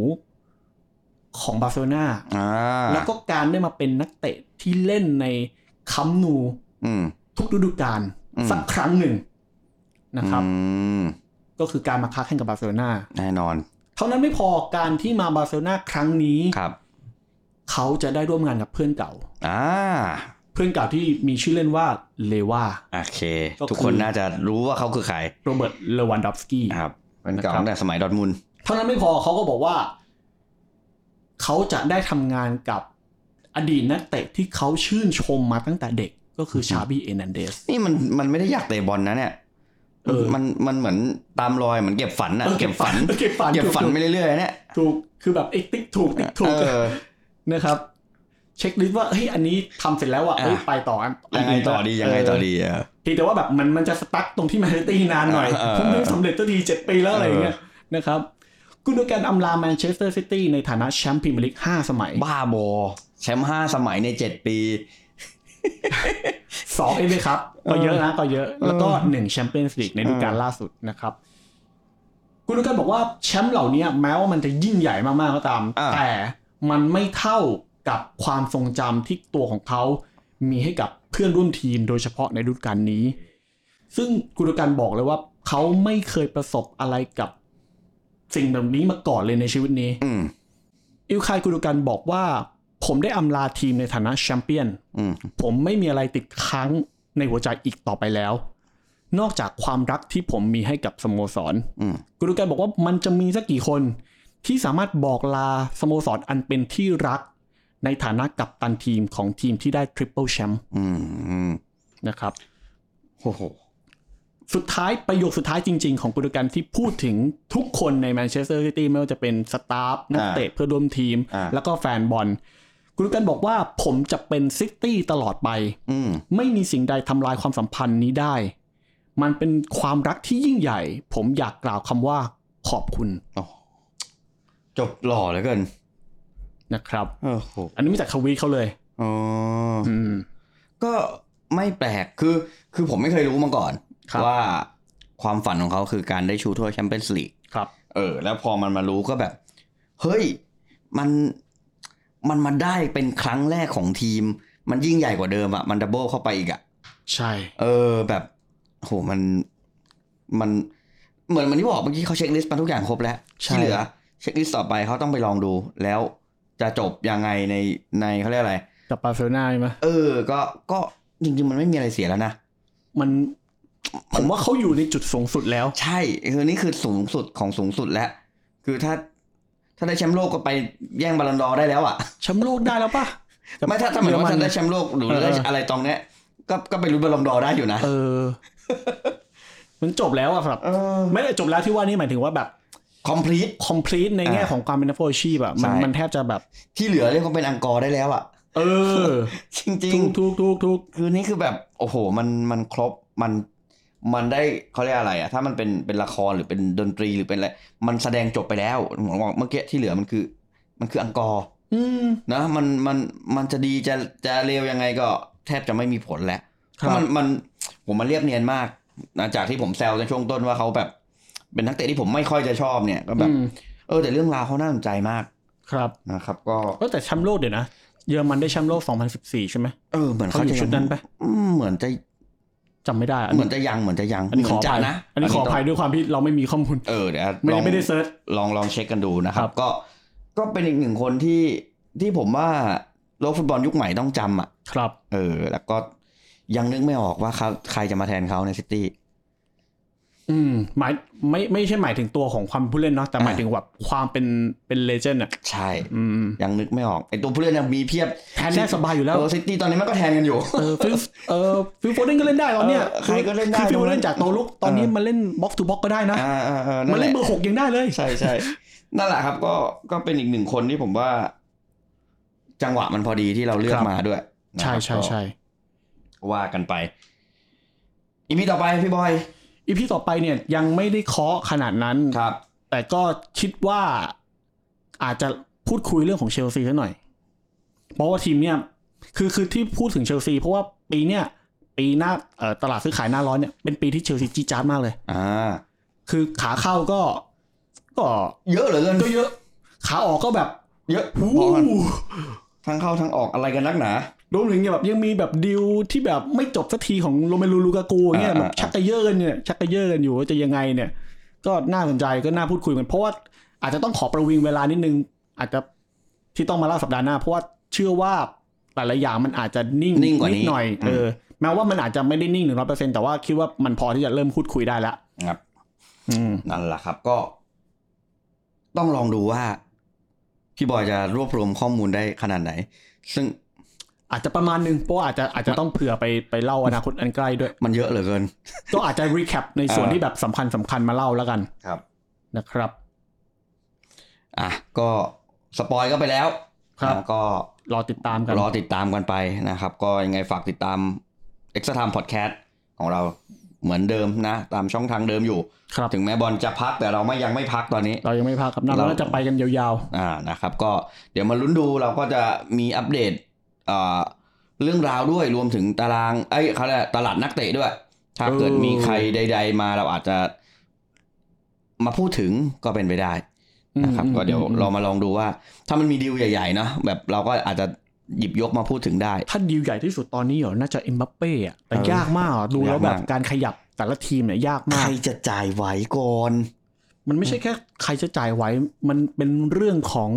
ของบาร์เซโลนา
อ่า
แล้วก็การได้มาเป็นนักเตะที่เล่นในคัมนู
อืม
ทุกฤดูกาล
อืม
สักครั้งหนึ่งนะครับ
อืม
ก็คือการมาค้าแข่งกับบาร์เซโลนา
แน่นอน
เท่านั้นไม่พอการที่มาบาร์เซโลนาครั้งนี้
ครับ
เขาจะได้ร่วมงานกับเพื่อนเก่า
อ่า
เพื่อนเก่าที่มีชื่อเล่นว่าเลวา
โอเค
ก็คือ
ทุกคนน่าจะรู้ว่าเขาคือใคร
โรเบิร์ตเลวันดอฟสกี้
ครับเป็นเก่า
นะครับ
ตั้งแต่สมัยดอร์ทมุนด์
เท่านั้นไม่พอเขาก็บอกว่า เขาจะได้ทำงานกับอดีตนักเตะที่เขาชื่นชมมาตั้งแต่เด็กก็คือชาบี้เอร์นันเดส
นี่มันมันไม่ได้อยากเตะบอลนะเนี่ย
เออ
มันมันเหมือนตามรอยเหมือนเก็บฝันอ่ะ เก็บฝัน
เก็บฝัน
เก็บฝัน
ถู
ไปเรื่อยๆเนี่ย
ถูกคือแบบไอ้ติ๊กถูกติ๊กถูก
เออ
นะครับ เช็คลิสต์ว่าเฮ้ยอันนี้ทำเสร็จแล้วอ่ะเฮ้ย
อ่ะ
ไปต่ออันน
ยังไงต่อดียังไงต่อดีเออ
เพียงแต่ว่าแบบมันมันจะสตั๊กตรงที่แมนเชสเตอร์นานหน่อย
เออ
ผมไม่สำเร็จตัวดีเจ็ดปีแล้วอะไรอย่างเงี้ย
เอ
นะครับกุนโดการอำลาแมนเชสเตอร์ซิตี้ในฐานะแชมป์พรีเมียร์ลีกห้าสมัย
บ้าบอแชมป์ห้าสมัยในเจ็ดปี
สองเองไหมครับ ก็เยอะนะก็เยอะ แล้วก็
เออ
หนึ่งแชมเปี้ยนส์ลีกในฤดูกาล
เออ
ล่าสุดนะครับ คุณลูกกันบอกว่าแชมป์เหล่านี้แม้ว่ามันจะยิ่งใหญ่มากๆก็ตาม แต่มันไม่เท่ากับความทรงจำที่ตัวของเขา มีให้กับเพื่อนร่วมทีมโดยเฉพาะในฤดูกาลนี้ ซึ่งกุนการบอกเลยว่าเขาไม่เคยประสบอะไรกับสิ่งแบบนี้มาก่อนเลยในชีวิตนี้
อืม
อิลคายกุดูกันบอกว่า ผมได้อำลาทีมในฐานะแชมเปี้ยน
อืม
ผมไม่มีอะไรติดค้างในหัวใจอีกต่อไปแล้ว นอกจากความรักที่ผมมีให้กับสโมสร
อืม
กุดูกันบอกว่ามันจะมีสักกี่คนที่สามารถบอกลาสโมสรอันเป็นที่รัก ในฐานะกัปตันทีมของทีมที่ได้ทริปเปิลแชมป์
อืมอืม
นะครับ
โอ้โห
สุดท้ายประโยคสุดท้ายจริง ๆ ของกุดูกันที่พูดถึงทุกคนในแมนเชสเตอร์ซิตี้ไม่ว่าจะเป็นสตาฟนักเตะเพื่อนร่วมทีม
อ่า
แล้วก็แฟนบอลกุดูกันบอกว่าผมจะเป็นซิตี้ตลอดไป
อืม
ไม่มีสิ่งใดทำลายความสัมพันธ์นี้ได้ มันเป็นความรักที่ยิ่งใหญ่ ผมอยากกล่าวคำว่าขอบคุณ
จบหล่อเหลือเกิน
นะครับ
โอ้โห
อันนี้มาจากทวีตเขาเลย
อ๋อ
อืม
ก็ไม่แปลกคือ คือผมไม่เคยรู้มาก่อน
ครับ
ว่าความฝันของเขาคือการได้ชูถ้วยแชมเปี้ยนส์ลีก
ครับ
เออ แล้วพอมันมารู้ก็แบบ เฮ้ย มัน มันมาได้เป็นครั้งแรกของทีม มันยิ่งใหญ่กว่าเดิมอะมันดับเบิลเข้าไปอีกอะ
ใช่
เออแบบโหมันมันเหมือนเหมันที่บอกเมื่อกี้เขาเช็คลิสต์มาทุกอย่างครบแล้ว
ใช่
ที่เหลือเช็คลิสต์ต่อไปเขาต้องไปลองดู แล้วจะจบยังไงในในเขาเรียกอะไร
กับบาร์เซโลนาใช่ไหม
เออ ก็ก็จริงๆ มันไม่มีอะไรเสียแล้วนะ
มันผมว่าเขาอยู่ในจุดสูงสุดแล้ว
ใช่คือนี่คือสูงสุดของสูงสุดแล้ว คือถ้าถ้าได้แชมป์โลกก็ไปแย่งบอลลอนดอร์ได้แล้วอ่ะ
แชมป์โลกได้แล้วปะ
ไม่ถ้าถ้าหมายถึงว่าถ้าได้
เยอร
แชมป์โลกหรือได้
เออ
อะไรตรงเนี้ยก็ก็ไปลุ้นบอลลอนดอร์ได้อยู่นะ
เออ มันจบแล้วอะครับ
เออ
ไม่ได้จบแล้วที่ว่านี่หมายถึงว่าแบบ
complete
complete ในแง่
อ่า
ของความเป็นนักฟุตบอลอาชีพอะมัน
ใช่
มันแทบจะแบบ
ที่เหลือเรียกว่าเป็นอังกอร์ได้แล้วอ่ะ
เออ
จริง
ทุ
ๆ
กทุกทุกทุก
คือนี่คือแบบโอ้โหมันมันครบมันมันได้เขาเรียกอะไรอะถ้ามันเป็นเป็นละครหรือเป็นดนตรีหรือเป็นอะไรมันแสดงจบไปแล้วผมบอกเมื่อกี้ที่เหลือมันคือ มันคืออังกอร์
อืม
นะมันมันมันจะดีจะจะเลวยังไงก็แทบจะไม่มีผลแล้ว
ครับ
เพราะมันมันผมมันเรียบเนียนมากนะจากที่ผมแซวในช่วงต้นว่าเขาแบบ เป็นนักเตะที่ผมไม่ค่อยจะชอบเนี่ยก็แบบ
อืม
เออแต่เรื่องราวเขาน่าสนใจมาก
ครับ
นะครับ ก็
ก็แต่แชมป์โลกเดี๋ยวนะ เยอรมันได้แชมป์โลก 2014 ใช่ไหม
เออเหมือน
เขา
เขา
อยู่
จะ
ชุดนั้นปะ
อืมเหมือนจะ
จำไม่ได้อะอัน
เหมื
นี้
อนจะยังเหมือนจะยัง
อันนี้ข
เห
ออ
มืจะ
ภัย
นะ
อันนี้ขออภัยด้วยความที่เราไม่มีข้อมูล
เออเดี๋ยว
ไม่
ล
ได้
อง
ไม่ได้เซิร์ช
ลองลองเช็คกันดูนะครั
ครับ บ
ก็ก็เป็นอีกหนึ่งคนที่ที่ผมว่าโลกฟุตบอลยุคใหม่ต้องจำอ่ะ
ครับ
เออ แล้วก็ยังนึกไม่ออกว่าเขาใครจะมาแทนเขาในซิตี้
อืมหมายไม่ไม่ใช่หมายถึงตัวของความผู้เล่นเนาะแต่หมายถึงแบบความเป็นเป็นเลเจนด์อ่ะ
ใช่
อืม
ยังนึกไม่ออกไอตัวผู้เล่นยังมีเพียบ
แทนได้สบายอยู่แล้ว
เออซิตี้ตอนนี้มันก็แทนกัน อยู่
เออฟิลเออฟิลโฟเดนก็เล่นได้ตอนเนี้ย
เออใครก็เล่นได้
คือฟิลโฟ
ตร
เดน
งนั้น
จากตัวลุกตอนนี้มันเล่นบ็อกซ์ทูบ็อกก็ได้นะ
อ่าอ่าอ่า
มัน
แห
เล่
ละ
นเบอร์หกยังได้เลย
ใช่ใช่ นั่นแหละครับ ก็ก็เป็นอีกหนึ่งคนที่ผมว่า จังหวะมันพอดีที่เราเลือ
ค
ก
รับ
มาด้วยนะ
ใช่
ครับ
ใช่ใช่
ก็ว่ากันไป อีพีต่อไปพี่บอย
อีพีต่อไปเนี่ยยังไม่ได้เคาะขนาดนั้น
ครับ
แต่ก็คิดว่าอาจจะพูดคุยเรื่องของเชลซีสักหน่อย เพราะว่าทีมเนี่ยคือคือที่พูดถึงเชลซีเพราะว่าปีเนี่ยปีหน้าเอ่อตลาดซื้อขายหน้าร้อนเนี่ยเป็นปีที่เชลซีจีดจ้าดมากเลย
อ่า
คือขาเข้าก็ ก็
เยอะเหลือเกิน
ก็เยอะ ขาออกก็แบบ
เยอะ
หู
พอกันทั้งเข้าทั้งออกอะไรกันนักหนา
รวมถึงเนี่ยแบบยังมีแบบดิวที่แบบไม่จบสักทีของโรเมลูลูกากูอย่างเนี่ย
อ่า
แบบ
อ่า
ชักกระเยอะกันเนี่ยชักกระเยอะกันอยู่ว่าจะยังไงเนี่ย ก็น่าสนใจก็น่าพูดคุยกันเพราะว่าอาจจะต้องขอประวิงเวลานิดนึง อาจจะที่ต้องมาเล่าสัปดาห์หน้า เพราะว่าเชื่อว่าหลายๆอย่างมันอาจจะนิ่ง
นิ่งกว่านี้
ดหน่อย
อืม
เออแม้ว่ามันอาจจะไม่ได้นิ่งหนึ่งร้อยเปอร์เซ็นแต่ว่าคิดว่ามันพอที่จะเริ่มพูดคุยได้ละ
ครับ
อืม
นั่นแหละครับก็ ต้องลองดูว่า พี่บอยจะรวบรวมข้อมูลได้ขนาดไหน ซึ่ง
อาจจะประมาณนึงเพราะว่าอาจจะอาจจะต้องเผื่อไปไปเล่าอนาคตอันใกล้ด้วย
มันเยอะเหลือเกิน
ก็อาจจะรีแคปในส่วน
เออ
ที่แบบสำคัญสำคัญมาเล่าแล้วกัน
ครับ
นะครับ
อ่ะก็สปอยก็ไปแล้ว
ครับ
นะก็
รอติดตามกัน
รอติดตามกันไปนะครับ ก็ยังไงฝากติดตาม Extra Time Podcast ของเราเหมือนเดิมนะ ตามช่องทางเดิมอยู่
ครับ
ถึงแม้บอลจะพักแต่เราไม่ยังไม่พักตอนนี้
เรายังไม่พักครับน่า
เรา
จะไปกันยาว
อ่านะครับก็เดี๋ยวมาลุ้นดูเราก็จะมีอัปเดตเอ่อเรื่องราวด้วยรวมถึงตารางเอ้ยเขาเรียกตลาดนักเตะด้วย ถ้าเกิดมีใครใด ๆ มาเราอาจจะมาพูดถึงก็เป็นไปได้
ๆ
นะครับ
อืม
ก็เดี๋ยว
อืม
เรามาลองดูว่า ถ้ามันมีดีลใหญ่ๆเนาะแบบเราก็อาจจะ หยิบยกมาพูดถึงได้
ถ้าดีลใหญ่ที่สุดตอนนี้เหรอ น่าจะเอ็มบัปเป้อะแต่
เออย
ากมากอะดูแล้ว
ยาก
แบ
มาก
บการขยับแต่ละทีมเนี่ยยากมา
ใค
ก
รจะจ่ายไหวก่อน
มันไม่ใช่แค่ใครจะจ่ายไหว มันเป็นเรื่องของ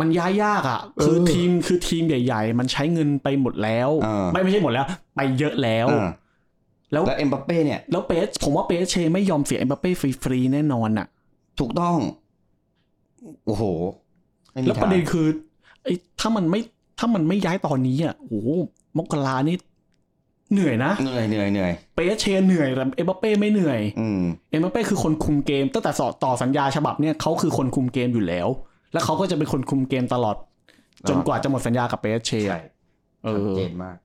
มันย้ายยากอะ่ะ คือ
เออ
ทีมคือทีมใหญ่ ๆ มันใช้เงินไปหมดแล้ว
เออ
ไม่ไม่ใช่หมดแล้ว ไปเยอะแล้ว
อ่า
แล้ว
แล้วเอ็มบัปเป้เนี่ย
แล้วเปสผมว่าเปสเชไม่ยอมเสียเอ็มบัปเป้ฟรีๆแน่นอนอ่ะ
ถูกต้อง โอ้โหไม่มี
แล้วประเด็น
ทาง
คือไอ้ถ้ามันไม่ถ้ามันไม่ย้ายตอนนี้อ่ะโอ้โหมกรานี่เหนื่อยนะ
เหนื่อยเหนื่อยเหนื่อย
เปสเชเหนื่อยแต่เอ็มบัปเป้ไม่เหนื่อย
อืม
เอ็มบัปเป้คือคนคุมเกมตั้งแต่ต่อต่อสัญญาฉบับเนี่ยเขาคือคนคุมเกมอยู่แล้ว แล้วเขาก็จะเป็นคนคุมเกมตลอด จนกว่าจะหมดสัญญากับเปสเชเอ
ชัด
อ
เจนมาก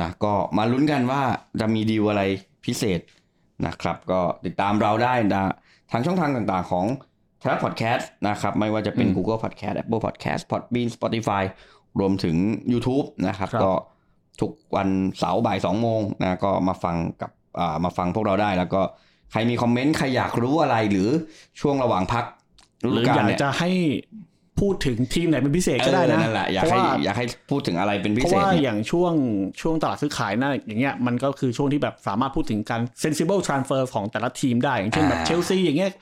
นะก็มาลุ้นกันว่าจะมีดีลอะไรพิเศษนะครับ ก็ติดตามเราได้นะทางช่องทางต่างๆของทรัพพอดแคสต์นะครับ ไม่ว่าจะเป็น Google Podcast Apple Podcast Podbean Spotify รวมถึง YouTube นะครับ
ครับ
ก็ทุกวันเสาร์บ่าย2โมงนะก็มาฟังกับอ่ามาฟังพวกเราได้ แล้วก็ใครมีคอมเมนต์ ใครอยากรู้อะไรหรือช่วงระหว่างพักฤ
ห
ดู
รือก
า
อ
ล
ยาก
เนี่ย
จะให้พูดถึงทีมไหนเป็นพิเศษก็ได้
เอ
นะ
อนั่นแหละอยาก
เพราะ
ให้
ว่า
อยากให้พูดถึงอะไรเป็นพิ
เพ
เศ
ราะ
ษ
ว่า
เนี่ย
อย่างช่วงช่วงตลาดซื้อขายน่ะอย่างเงี้ยมันก็คือช่วงที่แบบสามารถพูดถึงการ sensible transfer ของแต่ละทีมได้ อย่างเช่นแบบ
อ่า
เชลซีอย่างเงี้ย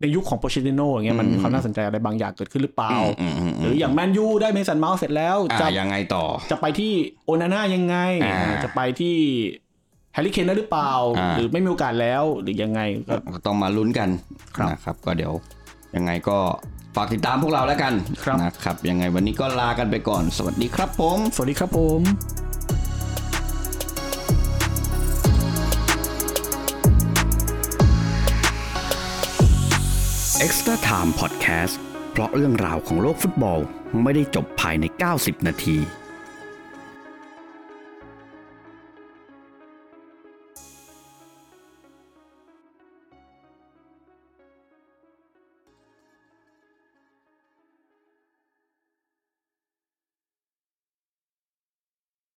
ในยุคของโปเชติโนอย่างเงี้ยมันมี
อืม
ความน่าสนใจอะไรบางอย่างเกิดขึ้นหรือเปล่า
มมม
หรืออย่างแมนยูได้เมสันเมาส์เสร็จแล้ว
อ่า
จะ
ยังไงต่อ
จะไปที่โอนาน่ายังไง
อ่า
จะไปที่แฮร์รี่เคนได้หรือเปล่า
อ่า
หรือไม่มีโอกาสแล้วหรือยังไงก็
ต้องมาลุ้นกัน
ครับ
นะครับ ก็เดี๋ยวยังไงก็ฝากติดตามพวกเราแล้วกัน
ครับ
นะครับ ยังไงวันนี้ก็ลากันไปก่อน สวัสดีครับผม
สวัสดีครับผม
เอ็กซ์ตร้าไทม์พอดแคสต์เพราะเรื่องราวของโลกฟุตบอลไม่ได้จบภายใน 90 นาที